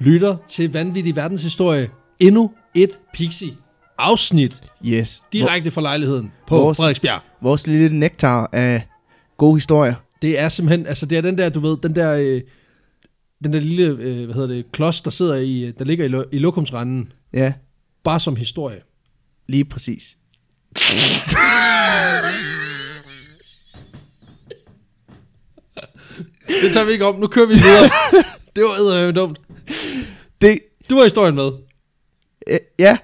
lytter til Vanvittig Verdenshistorie. Endnu et Pixie-afsnit Yes. direkte fra lejligheden på Vores- Frederiksbjerg. Vor- Vores lille nektar af gode historier. Det er simpelthen, altså det er den der, du ved, den der, øh, den der lille, øh, hvad hedder det, klods, der sidder i, øh, der ligger i, lo- i lokumsranden, Ja, bare som historie. lige præcis. Det tager vi ikke om, nu kører vi videre. det var eddermame dumt. Det, Du var historien med. øh, ja.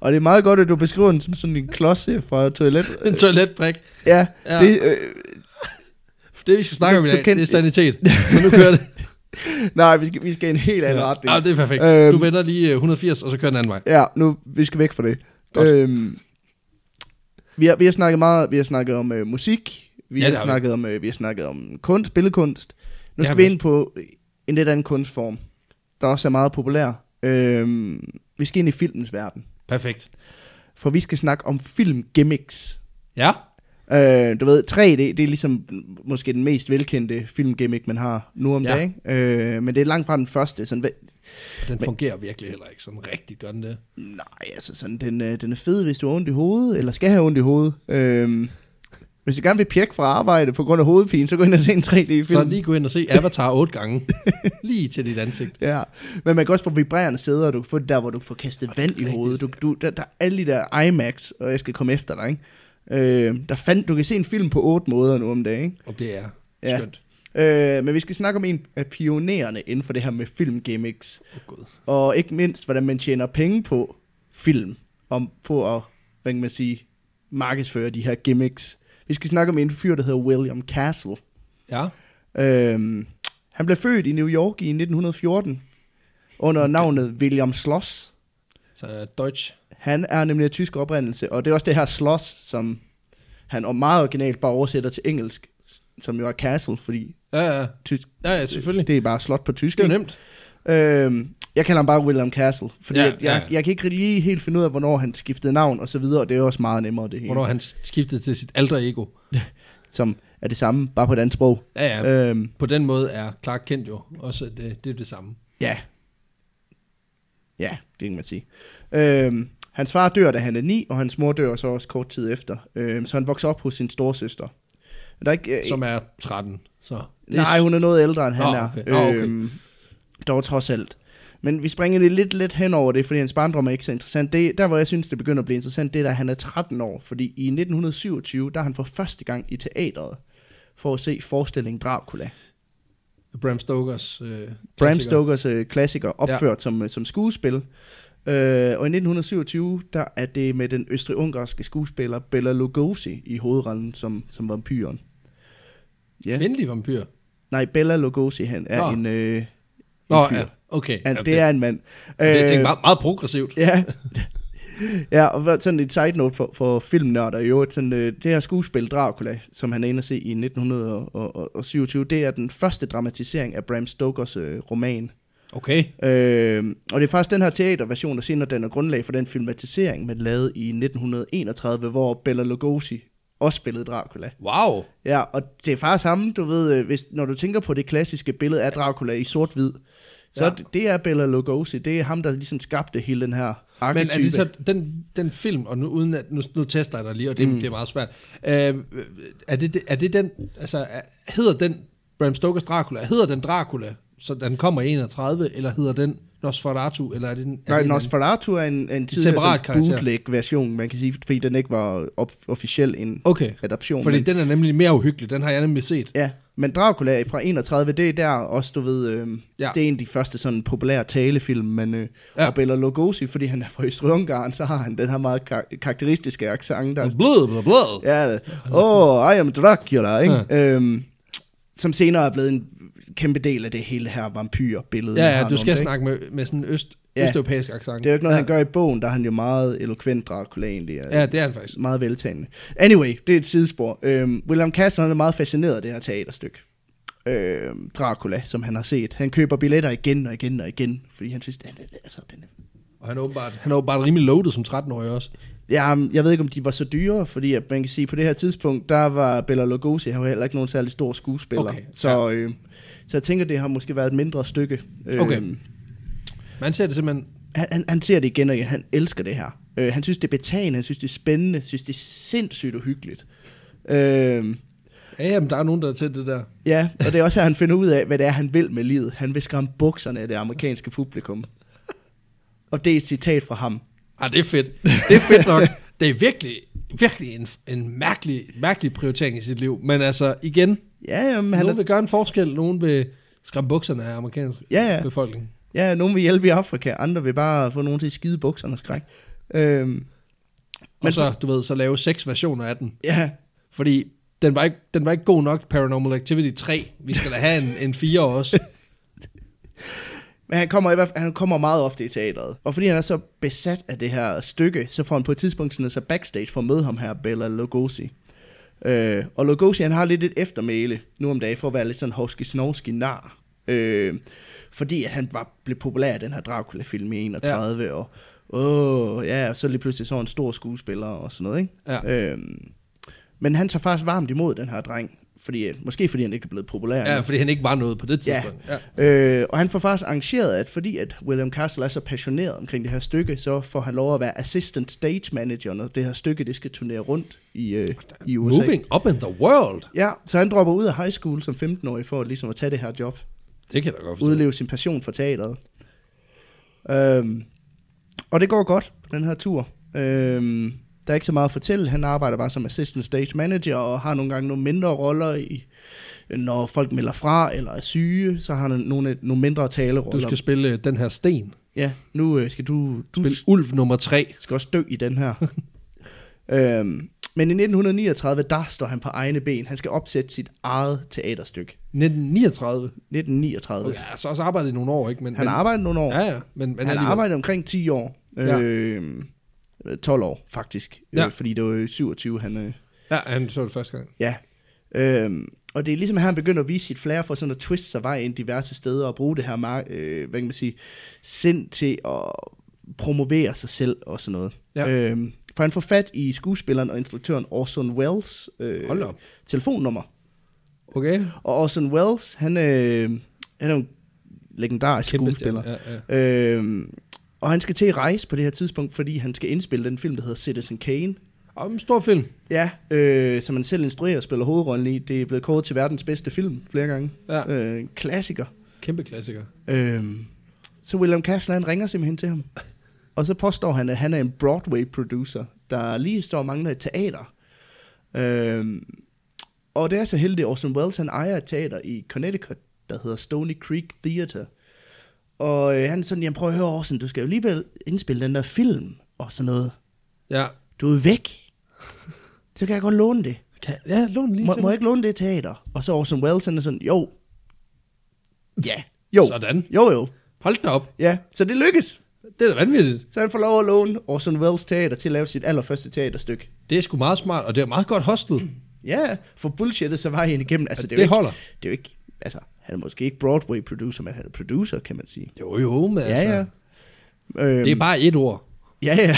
Og det er meget godt, at du beskriver den som sådan en klodse fra et toilet. En toiletbrik. Ja, Ja. ja. Det, øh, Det vi skal snakke om i Du- du dag, kendte- det er sanitet. Så nu kører det. nej, vi skal, vi skal i en helt anden retning. Ja, det er perfekt. Øhm. Du vender lige øh, 180, og så kører den anden vej. Ja, nu vi skal væk fra det. Godt. Øhm, vi, har, vi har snakket meget, vi har snakket om øh, musik, vi Ja, ja, det har vi. har snakket om øh, vi har snakket om kunst, billedkunst. Nu Det har skal vi vi ind på en lidt anden kunstform, der også er meget populær. Øhm, vi skal ind i filmens verden, Perfekt. for vi skal snakke om filmgimmicks. Ja, Øh, du ved, 3D, det er ligesom måske den mest velkendte filmgimmick, man har nu om Ja. ja. dagen. Øh, men det er langt fra den første. Sådan, hvad- den fungerer virkelig heller ikke sådan rigtigt, gør den det? Nej, altså sådan, den, øh, den er fed, hvis du har ondt i hovedet, eller skal have ondt i hovedet. Øhm, hvis du gerne vil pjekke fra arbejde på grund af hovedpine, så gå ind og se en 3D-film. Så lige gå ind og se Avatar otte gange. lige til dit ansigt. Ja, men man kan også få vibrerende sæder, og du kan få det der, hvor du får kastet vand i rigtigt. hovedet. Du, du, der, der er alle de der IMAX, og jeg skal komme efter dig, ikke? Øh, der fandt, du kan se en film på otte måder nu om dagen, Og det er Ja. skønt. ikke? Øh, men vi skal snakke om en af pionererne inden for det her med filmgimmicks. Åh, Gud. Og ikke mindst, hvordan man tjener penge på film, om på at, hvad kan man sige, markedsføre de her gimmicks. Vi skal snakke om en fyr, der hedder William Castle. Ja, Øhm, han blev født i New York i 1914 under navnet William Schloss. så er Deutsch. Han er nemlig af tysk oprindelse, og det er også det her Schloss, som han og meget originalt bare oversætter til engelsk, som jo er castle, fordi Ja, ja, tysk, ja, ja selvfølgelig. Det, det er bare slot på tysk. det er ikke? jo nemt. Øhm, jeg kalder ham bare William Castle, fordi Ja, ja, jeg, ja, ja. jeg, jeg kan ikke lige helt finde ud af, hvornår han skiftede navn og så videre, og det er jo også meget nemmere det hele, Hvornår han skiftede til sit alter ego. som er det samme, bare på et andet sprog. Ja, ja. Ja. Øhm, På den måde er Clark Kent jo også øh, det, det, er det samme. ja. ja, det kan man sige. Øhm, hans far dør, da han er ni, og hans mor dør så også kort tid efter, øhm, så han vokser op hos sin storsøster. Men Der er ikke, øh, Som er 13. Så det er- Nej, hun er noget ældre, end han Nå, er. okay. Nå, okay. Øhm, dog trods alt. Men vi springer det lidt let hen over det, fordi hans barndom er ikke så interessant. Det, der, hvor jeg synes, det begynder at blive interessant, det er, da han er 13 år. Fordi i 1927, der er han for første gang i teateret for at se forestillingen Dracula. Bram Stokers øh, Bram klassiker. Stokers øh, klassiker, opført ja. som, øh, som skuespil. Øh, og i 1927, der er det med den østrig-ungarske skuespiller Bela Lugosi i hovedrollen som, som vampyren. Ja. Kvindelig vampyr. Nej, Bela Lugosi, han er Nå. en... Øh, en Nå, fyr. ja. Okay. Han, Jamen, det er en mand. det, jeg Øh, tænkte, meget, meget progressivt. Ja. ja, og hvad- sådan et side note for, for filmnørder i øvrigt. Sådan, øh, det her skuespil Dracula, som han er inde at se i 1927, det er den første dramatisering af Bram Stokers øh, roman. Okay. Øh, og det er faktisk den her teaterversion, der senere danner grundlag for den filmatisering, man lavede i 1931, hvor Bela Lugosi også spillede Dracula. Wow. Ja, og det er faktisk ham, du ved, øh, hvis, når du tænker på det klassiske billede af Dracula i sort-hvid, så Ja. ja. det, det er Bela Lugosi, det er ham, der ligesom skabte hele den her Men er arketype. det så den, den film, og nu, uden at, nu, nu tester jeg dig lige, og det mm. bliver meget svært. Øh, er, det, det- er det den, altså er, hedder den Bram Stokers Dracula, hedder den Dracula, så den kommer i 31, eller hedder den Nosferatu, eller er det den? er Nej, det en Nosferatu er en, en tidligere separat sådan karakter. bootleg-version, man kan sige, fordi den ikke var op, officiel en anden? Okay, adaption. fordi men, den er nemlig mere uhyggelig, den har jeg nemlig set. ja, men Dracula er fra 31, det er der også, du ved, øh, Ja. ja. det er en af de første sådan populære talefilm, men øh, Ja. ja. og Bela Lugosi, fordi han er fra Østrig-Ungarn, så har han den her meget kar- karakteristiske accent, der Blød, blød, blød. Ja, oh, I am Dracula, ikke? Ja. Øhm, som senere er blevet en kæmpe del af det hele her vampyrbillede. Ja, man har ja, nu du om skal det, ikke? snakke med, med sådan en øst, Ja. østeuropæisk accent. Det er jo ikke noget, han gør i bogen, der er han jo meget eloquent Dracula egentlig. og Ja, det er han faktisk. Meget veltalende. Anyway, det er et sidespor. Øhm, William Castle han er meget fascineret af det her teaterstykke. Øhm, Dracula, som han har set. Han køber billetter igen og igen og igen, fordi han synes, den, er- altså, den er Og han er åbenbart, han er åbenbart rimelig loaded som 13-årig også. Ja, jeg ved ikke, om de var så dyre, fordi at man kan sige, at på det her tidspunkt, der var Bella Lugosi han var heller ikke nogen særlig stor skuespiller. Okay, så, ja. øh, så jeg tænker, det har måske været et mindre stykke. Øh, Okay. Man ser det simpelthen... han, han, han ser det igen og igen. Han elsker det her. Øh, han synes, det er betagende, han synes, det er spændende, han synes, det er sindssygt uhyggeligt. Øh, Ja, jamen, der er nogen, der er til det der. ja, og det er også her, han finder ud af, hvad det er, han vil med livet. Han vil skræmme bukserne af det amerikanske publikum. Og det er et citat fra ham. Ah, det er fedt. Det er fedt nok. Det er virkelig, virkelig en, en mærkelig, mærkelig prioritering i sit liv. Men altså, igen, Ja, jamen, han nogen er, vil gøre en forskel, nogen vil skræmme bukserne af amerikansk Ja, ja. befolkning. ja, nogen vil hjælpe i Afrika, andre vil bare få nogen til at skide bukserne og skræk. Øhm, Og Men så, du ved, så lave seks versioner af den. ja, Fordi den var ikke, den var ikke god nok, Paranormal Activity 3. Vi skal da have en, en 4 også. Men han kommer, i hvert fald, han kommer meget ofte i teateret. Og fordi han er så besat af det her stykke, så får han på et tidspunkt sådan sig backstage for at møde ham her, Bella Lugosi. Øh, og Lugosi, han har lidt et eftermæle nu om dagen for at være lidt sådan hovski snovski nar. Øh, fordi at han var, blev populær i den her Dracula-film i 31 ja. og Åh, ja, og så lige pludselig så var han en stor skuespiller og sådan noget, ikke? Ja. Øhm, men han tager faktisk varmt imod den her dreng, fordi, måske fordi han ikke er blevet populær. endnu. Ja, fordi han ikke var noget på det Ja. tidspunkt. Ja. Øh, og han får faktisk arrangeret, at fordi at William Castle er så passioneret omkring det her stykke, så får han lov at være assistant stage manager, når det her stykke det skal turnere rundt i, øh, i USA. Moving up in the world. Ja, så han dropper ud af high school som 15-årig for ligesom at tage det her job, Det kan jeg da godt forstå. udleve sin passion for teateret. Øhm, og det går godt på den her tur. Øhm, der er ikke så meget at fortælle. Han arbejder bare som assistant stage manager og har nogle gange nogle mindre roller i, når folk melder fra eller er syge, så har han nogle, nogle mindre taleroller. Du skal spille øh, den her sten. Ja, nu øh, skal du, du Spil Ulv nummer 3. skal også dø i den her. øhm, men i 1939, der står han på egne ben. Han skal opsætte sit eget teaterstykke. 1939. 1939. Okay, Okay. altså også arbejdet i nogle år, ikke? Men, Han har men, arbejdet nogle år. Ja, Ja, ja. Men, men han har alligevel. arbejdet omkring 10 år. Ja. Øhm, 12 år, faktisk. Ja. Ja. Øh, fordi det var øh, 27, han... Øh, Ja, han så det første gang. ja. Øhm, og det er ligesom, at han begynder at vise sit flair for sådan at twiste sig vej ind diverse steder og bruge det her mar- øh, hvad kan man sige, sind til at promovere sig selv og sådan noget. Ja. Øhm, for han får fat i skuespilleren og instruktøren Orson Welles øh, Hold da op. telefonnummer. Øh, Okay? Og Orson Welles, han, øh, han er jo en legendarisk Kæmpe skuespiller. stjerne, Ja, ja. Øhm, og han skal til at rejse på det her tidspunkt, fordi han skal indspille den film, der hedder Citizen Kane. Og en stor film. Ja, øh, som han selv instruerer og spiller hovedrollen i. Det er blevet kåret til verdens bedste film flere gange. Ja. Øh, en klassiker. Kæmpe klassiker. Øh, så William Castle, han ringer simpelthen til ham. Og så påstår han, at han er en Broadway-producer, der lige står og mangler et teater. Øh, og det er så heldigt, at Orson Welles han ejer et teater i Connecticut, der hedder Stony Creek Theater. Og øh, han er sådan, jamen prøv at høre Orson, du skal jo alligevel indspille den der film og sådan noget. Ja. Du er væk. Så kan jeg godt låne det Kan, ja, lån lige må, til må mig. jeg ikke låne det teater? Og så Orson Welles, han er sådan, jo. Ja, jo. Sådan. Jo, jo. Hold da op. Ja, så det lykkes. Det er da vanvittigt. Så han får lov at låne Orson Welles teater til at lave sit allerførste teaterstykke. Det er sgu meget smart, og det er meget godt hostet. Ja, for bullshittet så var han igennem. Altså, det, er jo Det ikke, holder. Det er jo ikke, altså, han er måske ikke Broadway-producer, men han er producer, kan man sige. Jo, jo, men Ja, altså. ja. Øhm, Det er bare et ord. Ja, ja.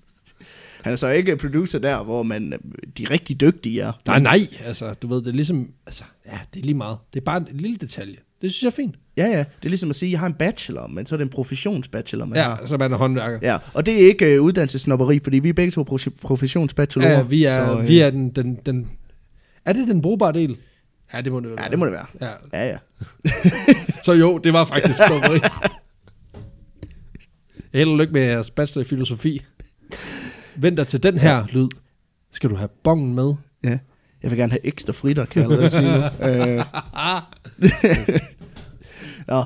han er så ikke producer der, hvor man øh, de rigtig dygtige er. Nej, nej, altså, du ved, det er ligesom, altså, ja, det er lige meget. Det er bare en, en lille detalje. Det synes jeg er fint. Ja, ja. Det er ligesom at sige, jeg har en bachelor, men så er det en professionsbachelor, man Ja, har. altså, man er håndværker. Ja, og det er ikke øh, uddannelsesnobberi, fordi vi er begge to pro- professionsbachelorer. Ja, vi er, så, øh, vi er den, den, den, er det den brugbare del? Ja, det må det være. Ja, det må det være. Ja. Ja, ja. Så jo, det var faktisk snobberi. Held og lykke med jeres bachelor i filosofi. Vent dig til den her lyd. Skal du have bongen med? ja. Jeg vil gerne have ekstra fritter, kan jeg allerede sige nu. Øh. Nå.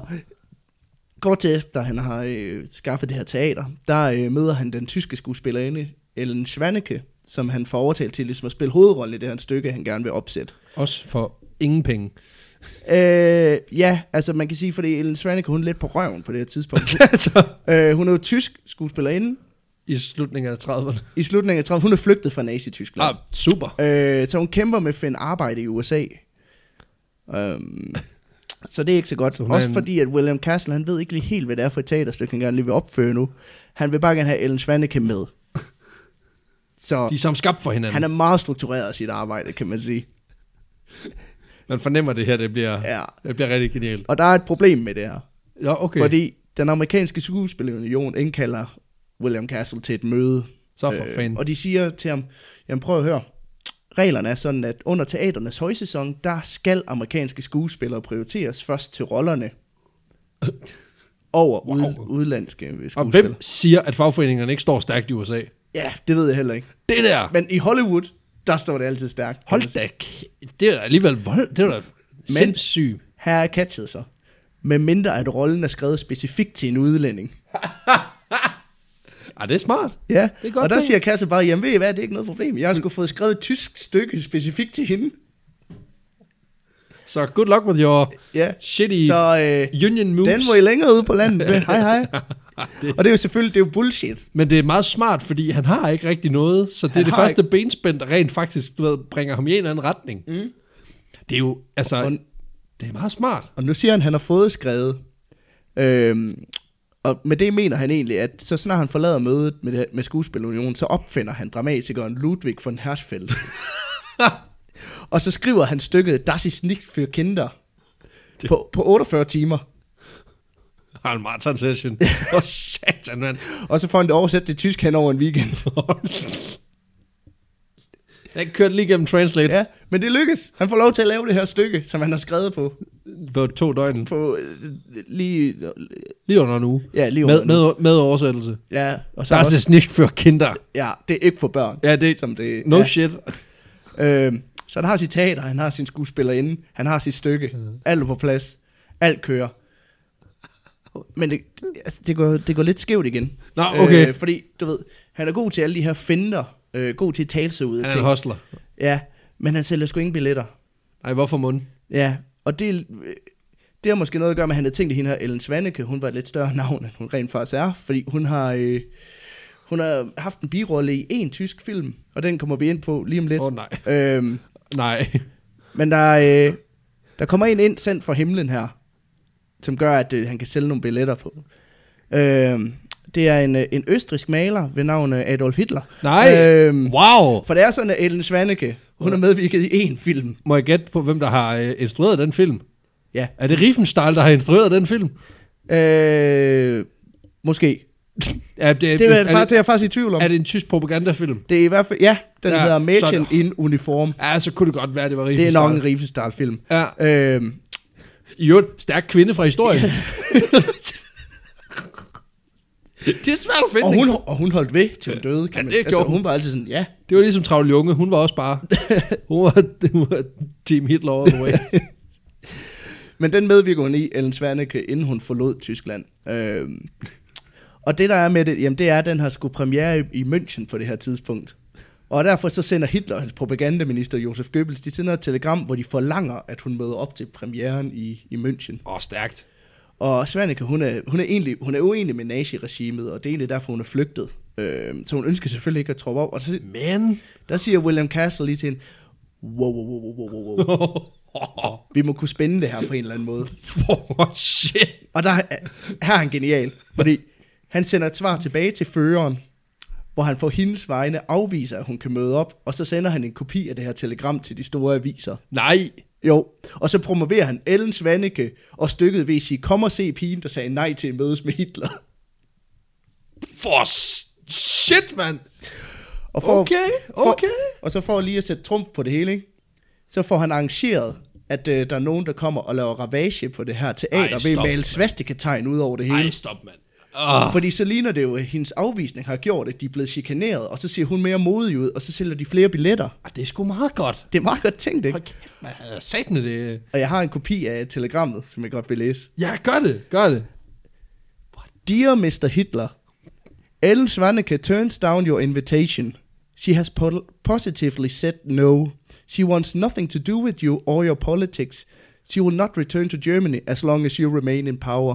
Kort til efter, han har øh, skaffet det her teater, der øh, møder han den tyske skuespillerinde Ellen Schwanneke, som han får overtalt til ligesom at spille hovedrollen i det her stykke, han gerne vil opsætte. Også for ingen penge. Øh, ja, altså man kan sige, fordi Ellen Schwanneke, hun er lidt på røven på det her tidspunkt. altså, øh, hun er jo tysk skuespillerinde, i slutningen af 30'erne. i slutningen af 30'erne. Hun er flygtet fra Nazi-Tyskland. Ah, super. Øh, så hun kæmper med at finde arbejde i USA. Øhm, Så det er ikke så godt. Så Så hun er Også en- fordi, at William Castle, han ved ikke lige helt, hvad det er for et teaterstykke, han gerne lige vil opføre nu. Han vil bare gerne have Ellen Svaneke med. Så De er som skabt for hinanden. han er meget struktureret i sit arbejde, kan man sige. Man fornemmer det her, det bliver, Ja. det bliver rigtig genialt. Og der er et problem med det her. Ja, okay. Okay. Fordi den amerikanske skuespillerunion indkalder William Castle til et møde. Så for fanden. Øh, Og de siger til ham, jamen prøv at høre, reglerne er sådan, at under teaternes højsæson, der skal amerikanske skuespillere prioriteres først til rollerne over wow. ud, udlandske skuespillere. Og hvem siger, at fagforeningerne ikke står stærkt i USA? Ja, det ved jeg heller ikke. Det der! Men, Men i Hollywood, der står det altid stærkt. kan man Ah. hold sige. da kæ- Det er da alligevel vold. Det er da sindssygt. Her er catchet så. Med mindre at rollen er skrevet specifikt til en udlænding. Ah, det er smart. Ja, Det er godt og der tænkt. siger Kasse bare, jamen ved I hvad, det er ikke noget problem. Jeg har sgu fået skrevet et tysk stykke specifikt til hende. Så good luck with your Ja, shitty så øh, union moves. den må I længere ud på landet med. Hej hej. Og det er jo selvfølgelig, det er jo bullshit. Men det er meget smart, fordi han har ikke rigtig noget, så det Han er det har første ikke... benspænd, der rent faktisk du ved, bringer ham i en eller anden retning. Mm. Det er jo, altså, Og- det er meget smart. Og nu siger han, at han har fået skrevet. Øhm, og med det mener han egentlig, at så snart han forlader mødet med, det, med skuespilunionen, så opfinder han dramatikeren Ludwig von Hersfeld. og så skriver han stykket Das ist nicht für Kinder på, på 48 timer. Har en marathon session. Åh, oh, satan, mand. Og så får han det oversat til tysk hen over en weekend. Den kørte lige gennem Translate ja. Ja, men det lykkes. Han får lov til at lave det her stykke, som han har skrevet på, på to døgn. på øh, lige, Lige under en uge. ja, lige Med, under nu. med, med oversættelse. Ja, og så Der også, er nicht for kinder. ja, det er ikke for børn. Ja, det som det, no ja. shit. Øhm, så han har sit teater, han har sin skuespillerinde, han har sit stykke, alt er på plads, alt kører. Men det, altså, det, går, det går lidt skævt igen. Nå, okay. Øh, fordi, du ved, han er god til alle de her finder, øh, god til at tale sig ud af Han er ting. en hustler. Ja, men han sælger sgu ingen billetter. Nej, hvorfor mund? Ja, og det, øh, det har måske noget at gøre med, at han havde tænkt, at hende her Ellen Svaneke, hun var et lidt større navn, end hun rent faktisk er, fordi hun har, øh, hun har haft en birolle i en tysk film, og den kommer vi ind på lige om lidt. Åh, oh, nej. Øhm, Nej. men der, øh, der kommer en ind sendt fra himlen her, som gør, at øh, han kan sælge nogle billetter på. Øhm, det er en, øh, en østrisk maler ved navn øh, Adolf Hitler. Nej. Øhm, Wow. for det er sådan, at Ellen Svaneke, hun har medvirket i én film. Må jeg gætte på, hvem der har øh, instrueret den film? Ja. Er det Riefenstahl, der har instrueret den film? Øh, måske. Ja, det, Det er, er, det, det er jeg faktisk i tvivl om. er det en tysk propagandafilm? Det er i hvert fald, ja, den Ja, ja, hedder Mädchen sådan. in Uniform. Ja, så kunne det godt være, det var Det er Riefenstahl. nok en Riefenstahl-film. Ja. Øhm, I øvrigt, stærk kvinde fra historien. det er svært at finde. og, ikke? hun, og hun holdt ved til hun døde, kan Ja, man det sige. gjorde Altså, hun var altid sådan, ja. Det var ligesom Travle Junge. Hun var også bare... Hun var, hun var Team Hitler all the way. Men den medvirker hun i, Ellen Svaneke, inden hun forlod Tyskland. Øhm, og det, der er med det, jamen, det er, at den har skulle premiere i, i München på det her tidspunkt. Og derfor så sender Hitler og hans propagandaminister Josef Goebbels, de sender et telegram, hvor de forlanger, at hun møder op til premieren i, i München. Åh, oh, stærkt. Og Svanike, hun er, hun er, egentlig, hun er uenig med naziregimet, og det er egentlig derfor, hun er flygtet. Øh, så hun ønsker selvfølgelig ikke at troppe op. Og så, Men... der siger William Castle lige til hende, wow, wow, wow, wow, wow, wow. Vi må kunne spænde det her på en eller anden måde. Oh, shit. Og der, er- her er han genial, fordi han sender et svar tilbage til føreren, hvor han på hendes vegne afviser, at hun kan møde op, og så sender han en kopi af det her telegram til de store aviser. Nej. Jo, og så promoverer han Ellen Svanike, og stykket ved at sige, kom og se pigen, der sagde nej til at mødes med Hitler. For s- shit, mand. Og for, Okay, okay. For, og så for lige at sætte trumf på det hele, ikke? så får han arrangeret, at øh, der er nogen, der kommer og laver ravage på det her teater, Ej, Ej, ved stop, at male mand. svastiketegn ud over det hele. Nej, stop, mand. Oh, Fordi så ligner det jo, at hendes afvisning har gjort, at de er blevet chikaneret, og så ser hun mere modig ud, og så sælger de flere billetter. det er sgu meget godt. Det er meget godt tænkt, ikke? Hold kæft, mand. Han er Satan, det. Og jeg har en kopi af telegrammet, som jeg godt vil læse. Ja, gør det. Gør det. Dear Mr. Hitler, Ellen Svaneke turns down your invitation. She has po- positively said no. She wants nothing to do with you or your politics. She will not return to Germany as long as you remain in power.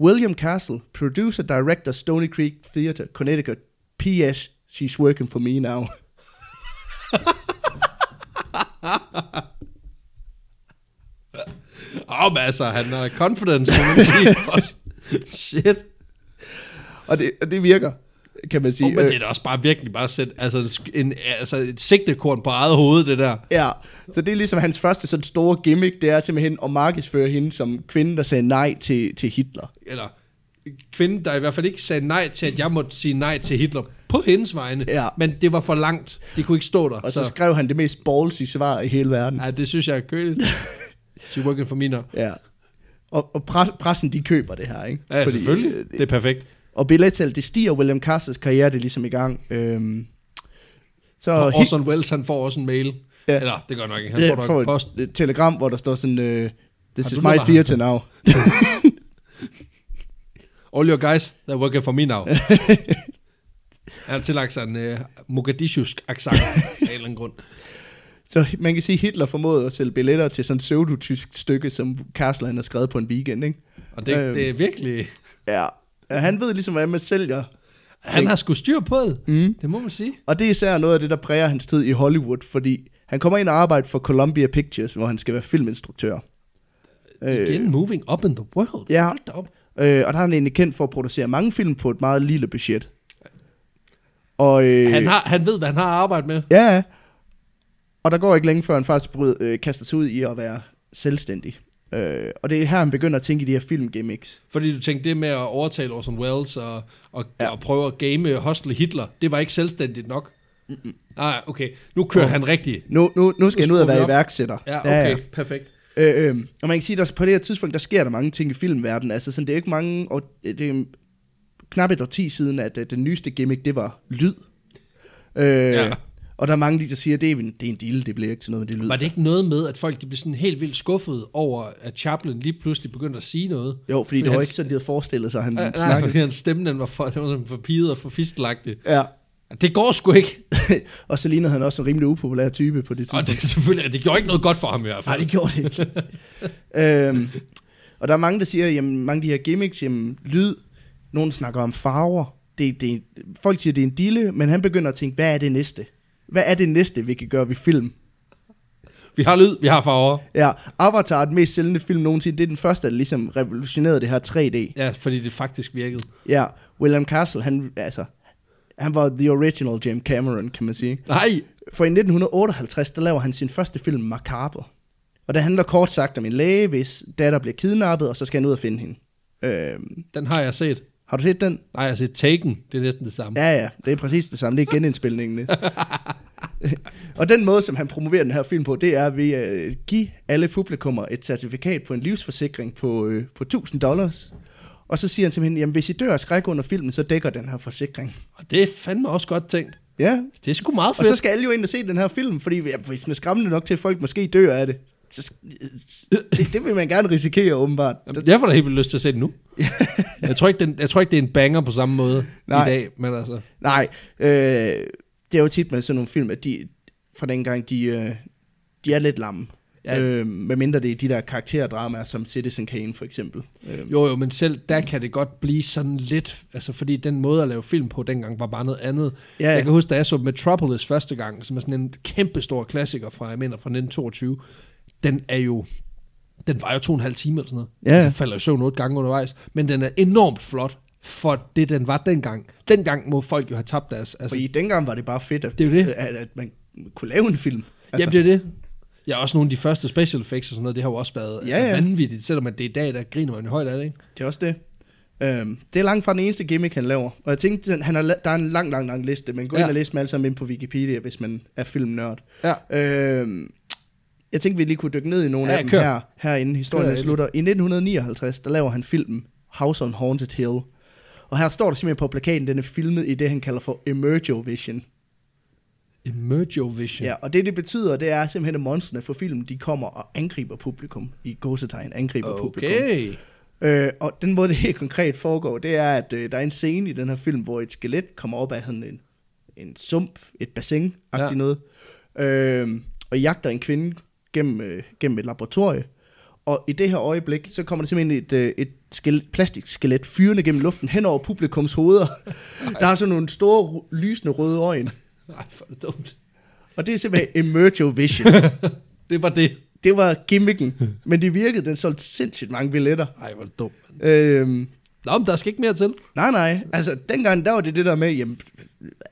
William Castle, producer director Stony Creek Theatre, Connecticut. P.S. She's working for me now. Åh, oh, men altså, han har confidence, kan man sige. For- Shit. Og det, og det virker, kan man sige. Oh, men det Øh, er da også bare virkelig bare sæt, altså, en sk- en, altså et sigtekorn på eget hoved, det der. Ja, så det er ligesom hans første sådan store gimmick, det er simpelthen at markedsføre hende som kvinde, der sagde nej til, til Hitler. Eller kvinden, der i hvert fald ikke sagde nej til, at jeg måtte sige nej til Hitler på hendes vegne. Ja. Men det var for langt. Det kunne ikke stå der. Og så, så skrev han det mest ballsy svar i hele verden. Ja, det synes jeg er køligt. She working for me now. Ja. Og, og pres, pressen, de køber det her, ikke? Ja, Fordi, selvfølgelig. øh, det er perfekt. Og billettal, det stiger, William Castles karriere, det er ligesom i gang. Øhm, så Og Hit- Orson Welles, han får også en mail. Ja. Ja. Eller, det gør nok ikke. Han Ja, får nok en får post. et, et telegram, hvor der står sådan, øh, Har this du is noget, my der theater now. All your guys, they're working for me now. han har tillagt sig en uh, Mogadishusk accent af en eller anden grund. Så man kan sige, Hitler formåede at sælge billetter til sådan et pseudotysk stykke, som Karsler han har skrevet på en weekend, ikke? Og det, Øhm. det er virkelig... Ja. Øh, Han ved ligesom, hvordan man sælger. Han har sgu styr på det. Mm. Det må man sige. Og det er især noget af det, der præger hans tid i Hollywood, fordi han kommer ind og arbejder for Columbia Pictures, hvor han skal være filminstruktør. Øh, Igen, moving up in the world. Ja. Hold da op. Øh, og der er han egentlig kendt for at producere mange film på et meget lille budget. Og, øh, Han, har, han ved, hvad han har at arbejde med. Ja, ja. og der går ikke længe, før han faktisk bryd, øh, kaster sig ud i at være selvstændig. Øh, og det er her, han begynder at tænke i de her filmgimmicks. Fordi du tænkte, det med at overtale Orson Welles og, og, Ja. ja. og prøve at game Hostel Hitler, det var ikke selvstændigt nok. Mm-mm. Nej, okay. Nu kører han rigtigt. Nu, nu, nu skal han ud og skruer vi være op. iværksætter. Ja, okay. Ja, ja. Perfekt. Øh, øh, og man kan sige, at på det her tidspunkt, der sker der mange ting i filmverdenen. Altså, sådan, det er ikke mange, og det er knap et årti siden, at øh, den nyeste gimmick, det var lyd. Øh, ja. Ja. Og der er mange, der siger, at det er, en, det er en deal, det bliver ikke til noget med det lyd. Var det ikke noget med, at folk de blev sådan helt vildt skuffet over, at Chaplin lige pludselig begyndte at sige noget? Jo, fordi det var han- ikke sådan, de havde forestillet sig, at han Ja, Nej, snakkede. fordi hans stemme den var for, den var sådan for piget og for fistelagtig. Ja. Det går sgu ikke. og så lignede han også en rimelig upopulær type på det Og tidspunkt. det, er selvfølgelig, det gjorde ikke noget godt for ham i hvert Nej, fald. det gjorde det ikke. øhm, og der er mange, der siger, jamen mange af de her gimmicks, jamen lyd, nogen snakker om farver. Det, det, folk siger, det er en dille, men han begynder at tænke, hvad er det næste? Hvad er det næste, vi kan gøre ved film? Vi har lyd, vi har farver. Ja, Avatar, den mest sælgende film nogensinde, det er den første, der ligesom revolutionerede det her 3D. Ja, fordi det faktisk virkede. Ja, William Castle, han, altså, han var the original James Cameron, kan man sige. Nej, For i 1958, der laver han sin første film, Macabre. Og det handler kort sagt om en læge, hvis datter bliver kidnappet, og så skal han ud og finde hende. Øhm, den har jeg set. har du set den? Nej, jeg har set Taken. Det er næsten det samme. Ja, ja, det er præcis det samme. Det er genindspilningen. og den måde, som han promoverer den her film på, det er ved at give alle publikummer et certifikat på en livsforsikring på, øh, på 1000 dollars. Og så siger han simpelthen, jamen hvis I dør af skræk under filmen, så dækker den her forsikring. Og det er fandme også godt tænkt. Ja, Det er sgu meget Og fedt. så skal alle jo ind og se den her film, fordi ja, hvis den er skræmmende nok til, at folk måske dør af det, så, sk- øh, det, det vil man gerne risikere, åbenbart. Jamen, jeg får da helt vildt lyst til at se den nu. jeg, tror ikke, den, jeg tror ikke, det er en banger på samme måde Nej. Nej. i dag, men altså... Nej, øh, det er jo tit med sådan nogle film, at de fra dengang, de, øh, de er lidt lamme. Ja. Ja. Øh, medmindre det er de der karakterdramaer, som Citizen Kane for eksempel. Øh, Jo, jo, men selv der kan det godt blive sådan lidt... Altså, fordi den måde at lave film på dengang var bare noget andet. Ja, ja. Jeg kan huske, da jeg så Metropolis første gang, som er sådan en kæmpestor klassiker fra, jeg mener, fra 1922. Den er jo... Den var jo to og en halv time eller sådan noget. Ja, ja. Altså, falder jo søvn otte gange undervejs. Men den er enormt flot for det, den var dengang. Dengang må folk jo have tabt deres... Altså, fordi dengang var det bare fedt, at, Det er jo det. At, at man kunne lave en film. Altså. Jamen, det er det. Ja, også nogle af de første special effects og sådan noget, det har jo også været ja, altså, ja. ja. vanvittigt, selvom at det er i dag, der griner man jo højt af det, ikke? Det er også det. Øhm, det er langt fra den eneste gimmick, han laver. Og jeg tænkte, sådan, han har, la- der er en lang, lang, lang liste, men gå ja. ind Ja. og læs dem alle sammen ind på Wikipedia, hvis man er filmnørd. Ja. Øhm, jeg tænkte, vi lige kunne dykke ned i nogle Ja, af dem kør. her, herinde historien Kør, kør, Ebbe. slutter. I 1959, der laver han filmen House on Haunted Hill. Og her står der simpelthen på plakaten, den er filmet i det, han kalder for Emergio Vision. Emergio Vision. Ja, og det, det betyder, det er simpelthen, at monstrene for filmen, de kommer og angriber publikum. I gåsetegn, angriber publikum. Okay. Øh, og den måde, det helt konkret foregår, det er, at øh, der er en scene i den her film, hvor et skelet kommer op af sådan en, en sump, et bassin ja. Ja. noget, øh, og jagter en kvinde gennem, øh, gennem et laboratorie. Og i det her øjeblik, så kommer der simpelthen et, øh, et skelet, plastikskelet fyrende gennem luften hen over publikums hoveder. Der er sådan nogle store, ru- lysende røde øjne. Ej, for er det dumt. Og det er simpelthen Emergio Vision. Det var det. Det var gimmicken, men det virkede. Den solgte sindssygt mange billetter. Ej, hvor er det dumt. mand. Øhm, Nå, men der skal ikke mere til. nej, nej. Altså, dengang, der var det det der med, jamen,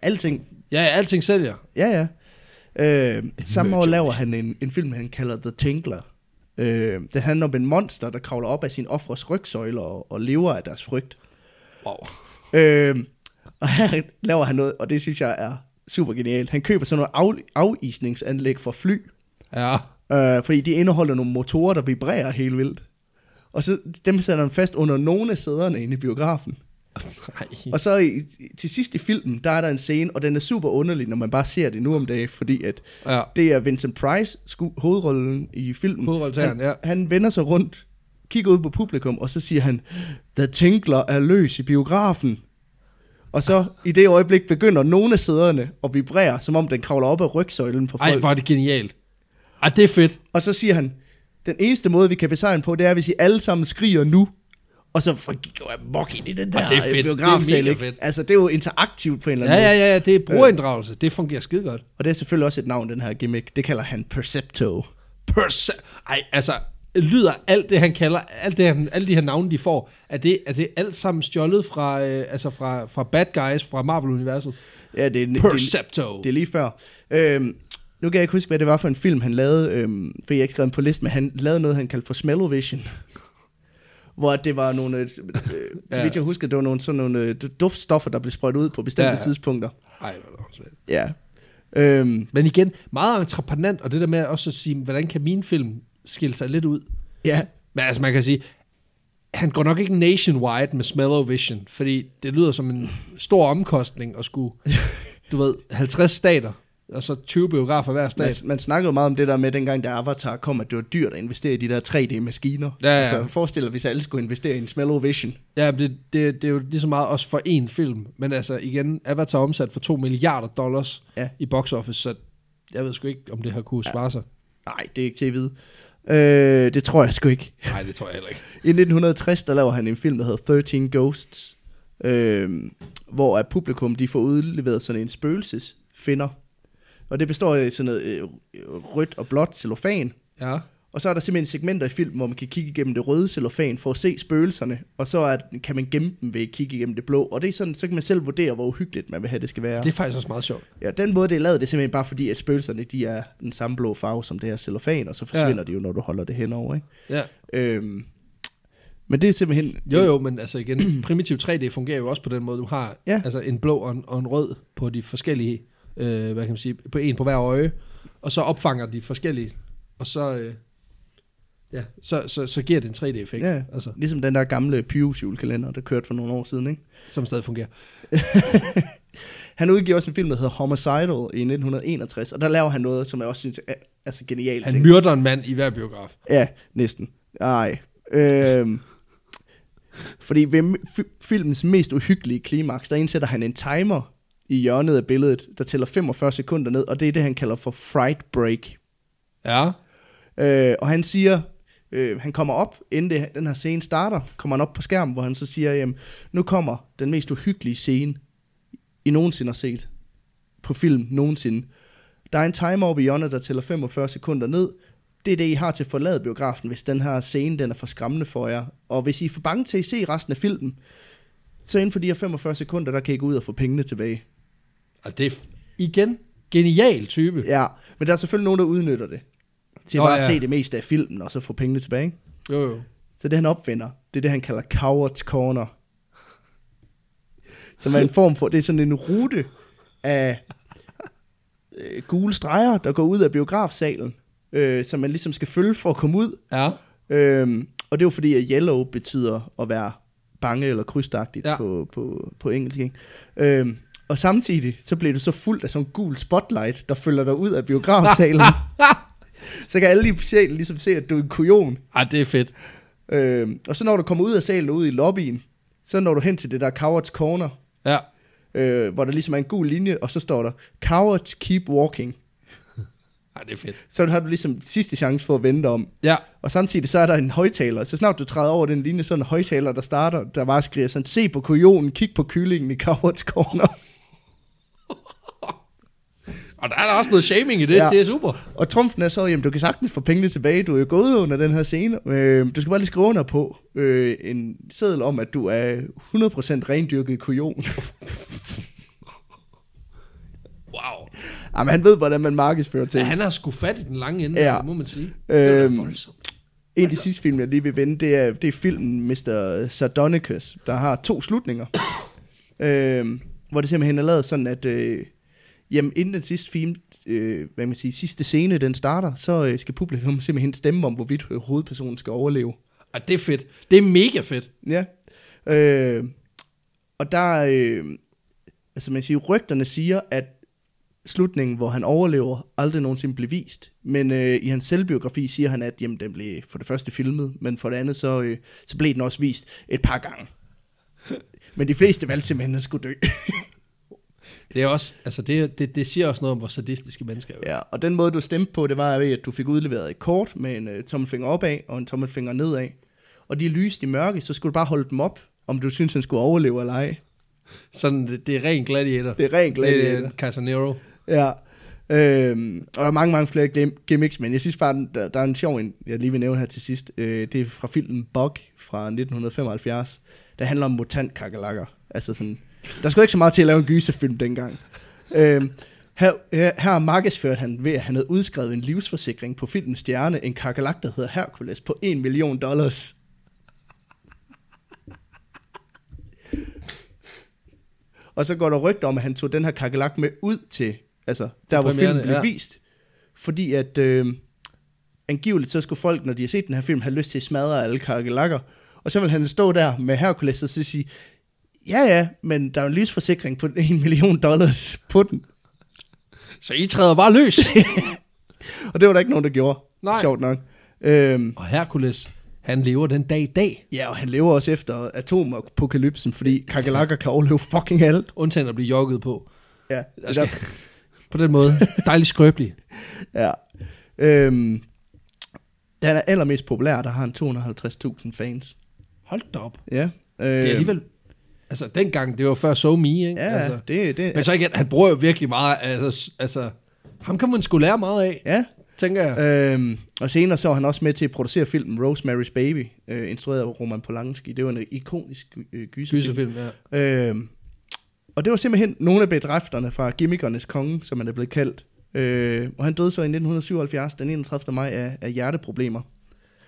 alting Ja, ja, alting sælger. Ja, ja. Øh, samme år laver han en, en film, han kalder The Tinkler. Øh, det handler om en monster, der kravler op af sin offres rygsøjler og, og lever af deres frygt. Wow. Øh, og her laver han noget, og det synes jeg er super genialt. Han køber sådan nogle af, afisningsanlæg for fly, Ja. øh, fordi de indeholder nogle motorer, der vibrerer helt vildt. Og så dem sætter han fast under nogle af sæderne inde i biografen. Nej. Og så i, til sidst i filmen, der er der en scene, og den er super underlig, når man bare ser det nu om dagen, fordi at Ja. det er Vincent Price, sku, hovedrollen i filmen. Hovedrolletageren, han, ja. Han vender sig rundt, kigger ud på publikum, og så siger han, The Tinkler er løs i biografen. Og så i det øjeblik begynder nogle af sæderne at vibrere, som om den kravler op af rygsøjlen på folk. Ej, hvor er det genialt. Ej, det er fedt. Og så siger han, den eneste måde, vi kan besejre den på, det er, hvis I alle sammen skriger nu. Og så folk gik jo amok ind i den der det er fedt. øh, Det er biografsal, mega ikke? fedt. Altså, det er jo interaktivt på en eller Ja, anden ja, måde. ja, ja, det er brugerinddragelse. Det fungerer skide godt. Og det er selvfølgelig også et navn, den her gimmick. Det kalder han Percepto. Perse Ej, altså, lyder alt det, han kalder, alt det, han, alle de her navne, de får, er det, er det alt sammen stjålet fra, øh, altså fra, fra bad guys fra Marvel-universet? Ja, det er, det, Percepto. det er lige før. Øhm, nu kan jeg ikke huske, hvad det var for en film, han lavede, øhm, for jeg har ikke skrevet den på listen, men han lavede noget, han kaldte for Smellovision. Hvor det var nogle, øh, øh, så vidt jeg husker, det var nogle, sådan nogle øh, duftstoffer, der blev sprøjtet ud på bestemte Ja, ja, ja. ja. tidspunkter. Ej, hvor er det åndssvagt. Ja. Øhm, Men igen, meget entreprenant, og det der med også at sige, hvordan kan min film skille sig lidt ud? ja, Men altså, man kan sige, han går nok ikke nationwide med Smellow Vision, fordi det lyder som en stor omkostning at skulle, du ved, 50 stater, og så 20 biografer hver Man, stat. man snakker jo meget om det der med, dengang der Avatar kom, at det var dyrt at investere i de der 3D-maskiner. Ja, ja. Altså forestil dig, hvis alle skulle investere i en Smellovision. Ja, men det, det, det er jo lige så meget også for én film, men altså igen, Avatar er omsat for 2 milliarder dollars ja. Ja. i box office, så jeg ved sgu ikke, om det har kunne svare sig. Nej, det er ikke til at vide. Øh, det tror jeg sgu ikke. Nej, det tror jeg heller ikke. I 1960, der laver han en film, der hedder 13 Ghosts, øh, hvor at publikum de får udleveret sådan en spøgelsesfinder. Og det består af sådan noget øh, rødt og blåt cellofan, Ja. Og så er der simpelthen segmenter i filmen, hvor man kan kigge igennem det røde cellofan for at se spøgelserne, og så er, kan man gemme dem ved at kigge igennem det blå. Og det er sådan, så kan man selv vurdere, hvor uhyggeligt man vil have, det skal være. Det er faktisk også meget sjovt. Ja, den måde, det er lavet, det er simpelthen bare fordi, at spøgelserne de er den samme blå farve som det her cellofan, og så forsvinder Ja. ja. de jo, når du holder det henover. Ikke? Ja. Øhm, men det er simpelthen... Jo jo, men altså igen, primitiv 3D fungerer jo også på den måde, du har ja. Ja. altså en blå og en, og en rød på de forskellige, øh, hvad kan man sige, på en på hver øje, og så opfanger de forskellige, og så, øh, ja, så, så, så giver det en 3D-effekt, ja. Ja. altså, Ligesom den der gamle Pyros julekalender, der kørte for nogle år siden. Ikke? som stadig fungerer. Han udgiver også en film, der hedder Homicidal i 1961, og der laver han noget, som jeg også synes er altså, genialt. Han myrder en mand i hver biograf. Ja, næsten. Ej. Øhm, fordi ved fi- filmens mest uhyggelige klimaks, der indsætter han en timer i hjørnet af billedet, der tæller 45 sekunder ned, og det er det, han kalder for fright break. Ja, Øh, og han siger, øh, han kommer op, inden det, den her scene starter, kommer han op på skærmen, hvor han så siger, jamen, nu kommer den mest uhyggelige scene, I nogensinde har set på film nogensinde. Der er en timer oppe i hjørnet, der tæller 45 sekunder ned. Det er det, I har til at forlade biografen, hvis den her scene den er for skræmmende for jer. Og hvis I er for bange til at se resten af filmen, så inden for de her 45 sekunder, der kan I gå ud og få pengene tilbage. og det er f- igen, genial type. Ja. Ja, men der er selvfølgelig nogen, der udnytter det. Til Nå, bare ja. at se det meste af filmen, og så få pengene tilbage. Ikke? Jo jo. Så det han opfinder, det er det han kalder Cowards Corner. Som er en form for, det er sådan en rute af øh, gule streger, der går ud af biografsalen, øh, som man ligesom skal følge for at komme ud. Ja, Øhm, og det er jo fordi, at yellow betyder at være bange eller krydstagtigt Ja. ja. på, på, på engelsk. Ikke? Øhm, og samtidig så bliver du så fuldt af sådan en gul spotlight, der følger dig ud af biografsalen. så kan alle i sjælen ligesom se, at du er en kujon. Ej, det er fedt. Øh, og så når du kommer ud af salen og ud i lobbyen, så når du hen til det der Cowards Corner, Ja. øh, hvor der ligesom er en gul linje, og så står der, Cowards keep walking. Ej, det er fedt. Så har du ligesom sidste chance for at vente om. Ja, Og samtidig så er der en højtaler. Så snart du træder over den linje, så er der en højtaler, der starter, der bare skriger sådan, se på kujonen, kig på kyllingen i Cowards Corner. Og der er der også noget shaming i det, Ja. ja. det er super. Og trumfen er så, jamen du kan sagtens få pengene tilbage, du er jo gået under den her scene. Øh, du skal bare lige skrive under på øh, en seddel om, at du er 100% rendyrket kujon. Wow. jamen han ved, hvordan man markedsfører ting. Ja, han har sgu fat i den lange ende, Ja. ja. det må man sige. Øhm, Øhm, voldsomt. En af de sidste film, jeg lige vil vende, det er, det er filmen Mr. Sardonicus, der har to slutninger. øhm, hvor det simpelthen er lavet sådan, at øh, jamen, inden den sidste film, øh, hvad kan man sige, sidste scene, den starter, så øh, skal publikum simpelthen stemme om, hvorvidt øh, hovedpersonen skal overleve. Og det er fedt. Det er mega fedt. Ja. Øh, og der, øh, altså man siger, rygterne siger, at slutningen, hvor han overlever, aldrig nogensinde blev vist. Men øh, i hans selvbiografi siger han, at jamen, den blev for det første filmet, men for det andet, så, øh, så blev den også vist et par gange. Men de fleste valgte simpelthen, at han skulle dø. Det, er også, altså det, det, det siger også noget om, hvor sadistiske mennesker er. Ja. ja, og den måde, du stemte på, det var ved, at du fik udleveret et kort med en øh, tommelfinger opad og en tommelfinger nedad. Og de lyste i mørke, så skulle du bare holde dem op, om du synes han skulle overleve eller ej. Sådan, det, det er ren gladiator. Det er ren gladiator. Det er Casanero. Ja. Øhm, og der er mange, mange flere gim- gimmicks, men jeg synes bare, den- der, der er en sjov en, jeg lige vil nævne her til sidst. Øh, det er fra filmen Bug fra 1975, der handler om mutant kakalakker. Altså sådan, der skulle ikke så meget til at lave en gyserfilm dengang. Øhm, her, her, her markedsførte han ved, at han havde udskrevet en livsforsikring på filmens stjerne, en kakalak, der hedder Hercules, på 1 million dollars. Og så går der rygter om, at han tog den her kakalak med ud til, altså der hvor premieren, filmen blev ja. vist. Fordi at øh, angiveligt så skulle folk, når de har set den her film, have lyst til at smadre alle kakelakker. Og så vil han stå der med Hercules og så sige, ja ja, men der er jo en livsforsikring på 1 million dollars på den. Så I træder bare løs. Og det var der ikke nogen, der gjorde. Nej. Sjovt nok. Øhm, og Hercules, han lever den dag i dag. ja, og han lever også efter atomapokalypsen, fordi kakelakker kan overleve fucking alt. Undtagen at blive jogget på. Ja, det skal- der, På den måde. Dejligt skrøbelig. ja. Øhm, da han er allermest populær, der har han 250.000 fans. Hold da op. Ja. Øhm, Det er alligevel... Altså, dengang, det var før So Me, ikke? Ja, altså. altså. det, det, Men så igen, han bruger jo virkelig meget, altså, s- altså ham kan man sgu lære meget af, ja. tænker jeg. Øhm, og senere så var han også med til at producere filmen Rosemary's Baby, øh, instrueret af Roman Polanski. Det var en ikonisk øh, gyserfilm. Gyserfilm, ja. Øhm, og det var simpelthen nogle af bedrifterne fra gimmickernes konge, som han er blevet kaldt. Øh, og han døde så i 1977, den 31. maj, af, af hjerteproblemer.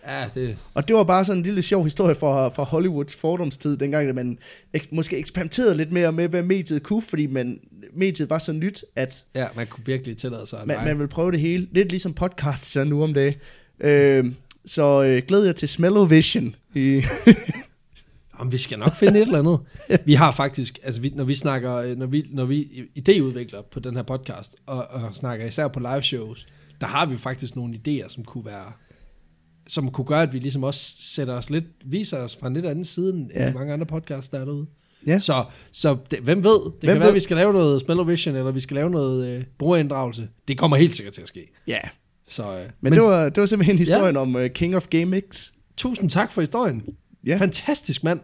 Ja, det, Og det var bare sådan en lille sjov historie fra, fra Hollywoods fordomstid, dengang at man ek- måske eksperimenterede lidt mere med, hvad mediet kunne, fordi man, mediet var så nyt, at ja, man kunne virkelig tillade sig at man, lege. man ville prøve det hele. Lidt ligesom podcast så nu om dagen. Øh, så øh, glæder jeg til Smellovision. I, Jamen, vi skal nok finde et eller andet. Vi har faktisk, altså vi, når vi snakker, øh, når vi, når vi idéudvikler på den her podcast, og, og snakker især på live shows, der har vi faktisk nogle idéer, som kunne være, som kunne gøre, at vi ligesom også sætter os lidt, viser os fra en lidt anden side, end Ja. ja. mange andre podcasts, der er derude. Ja. Så, så det, hvem ved? Det hvem kan Hvem ved? være, ved? at vi skal lave noget Spellovision, eller vi skal lave noget øh, brugerinddragelse. Det kommer helt sikkert til at ske. ja. Så, øh, Men, Men det, var, det var simpelthen historien ja. om øh, King of Gimmicks. tusind tak for historien. Ja. Fantastisk mand,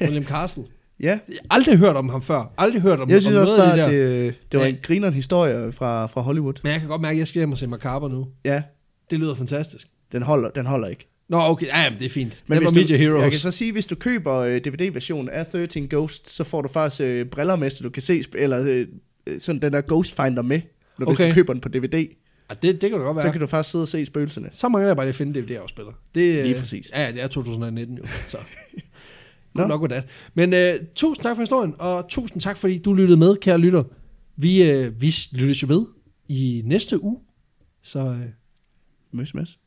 William Castle. Ja. Jeg har aldrig hørt om ham før. Aldrig hørt om, Jeg synes om også noget af bare, at det der. det, det var en Ja. grineren historie fra, fra Hollywood. Men jeg kan godt mærke, at jeg skal hjem og se Macabre nu. Ja, Det lyder fantastisk. den holder, den holder ikke. Nå, okay. Ja, jamen, det er fint. Men hvis Never du, Meet Your Heroes. Jeg kan så sige, hvis du køber øh, DVD-versionen af 13 Ghosts, så får du faktisk øh, briller med, så du kan se, sp- eller øh, øh, sådan den der Ghost Finder med, når okay. hvis Okay. du køber den på DVD. ja, det, det kan det godt være. Så kan du faktisk sidde og se spøgelserne. Så mangler jeg bare lige at finde DVD-afspiller. Det, øh, Lige præcis. Ja, det er 2019 jo, så... Nå. Good nok med det. Men øh, tusind tak for historien, og tusind tak, fordi du lyttede med, kære lytter. Vi, øh, vi lyttes jo ved i næste uge, så øh, Møs, møs.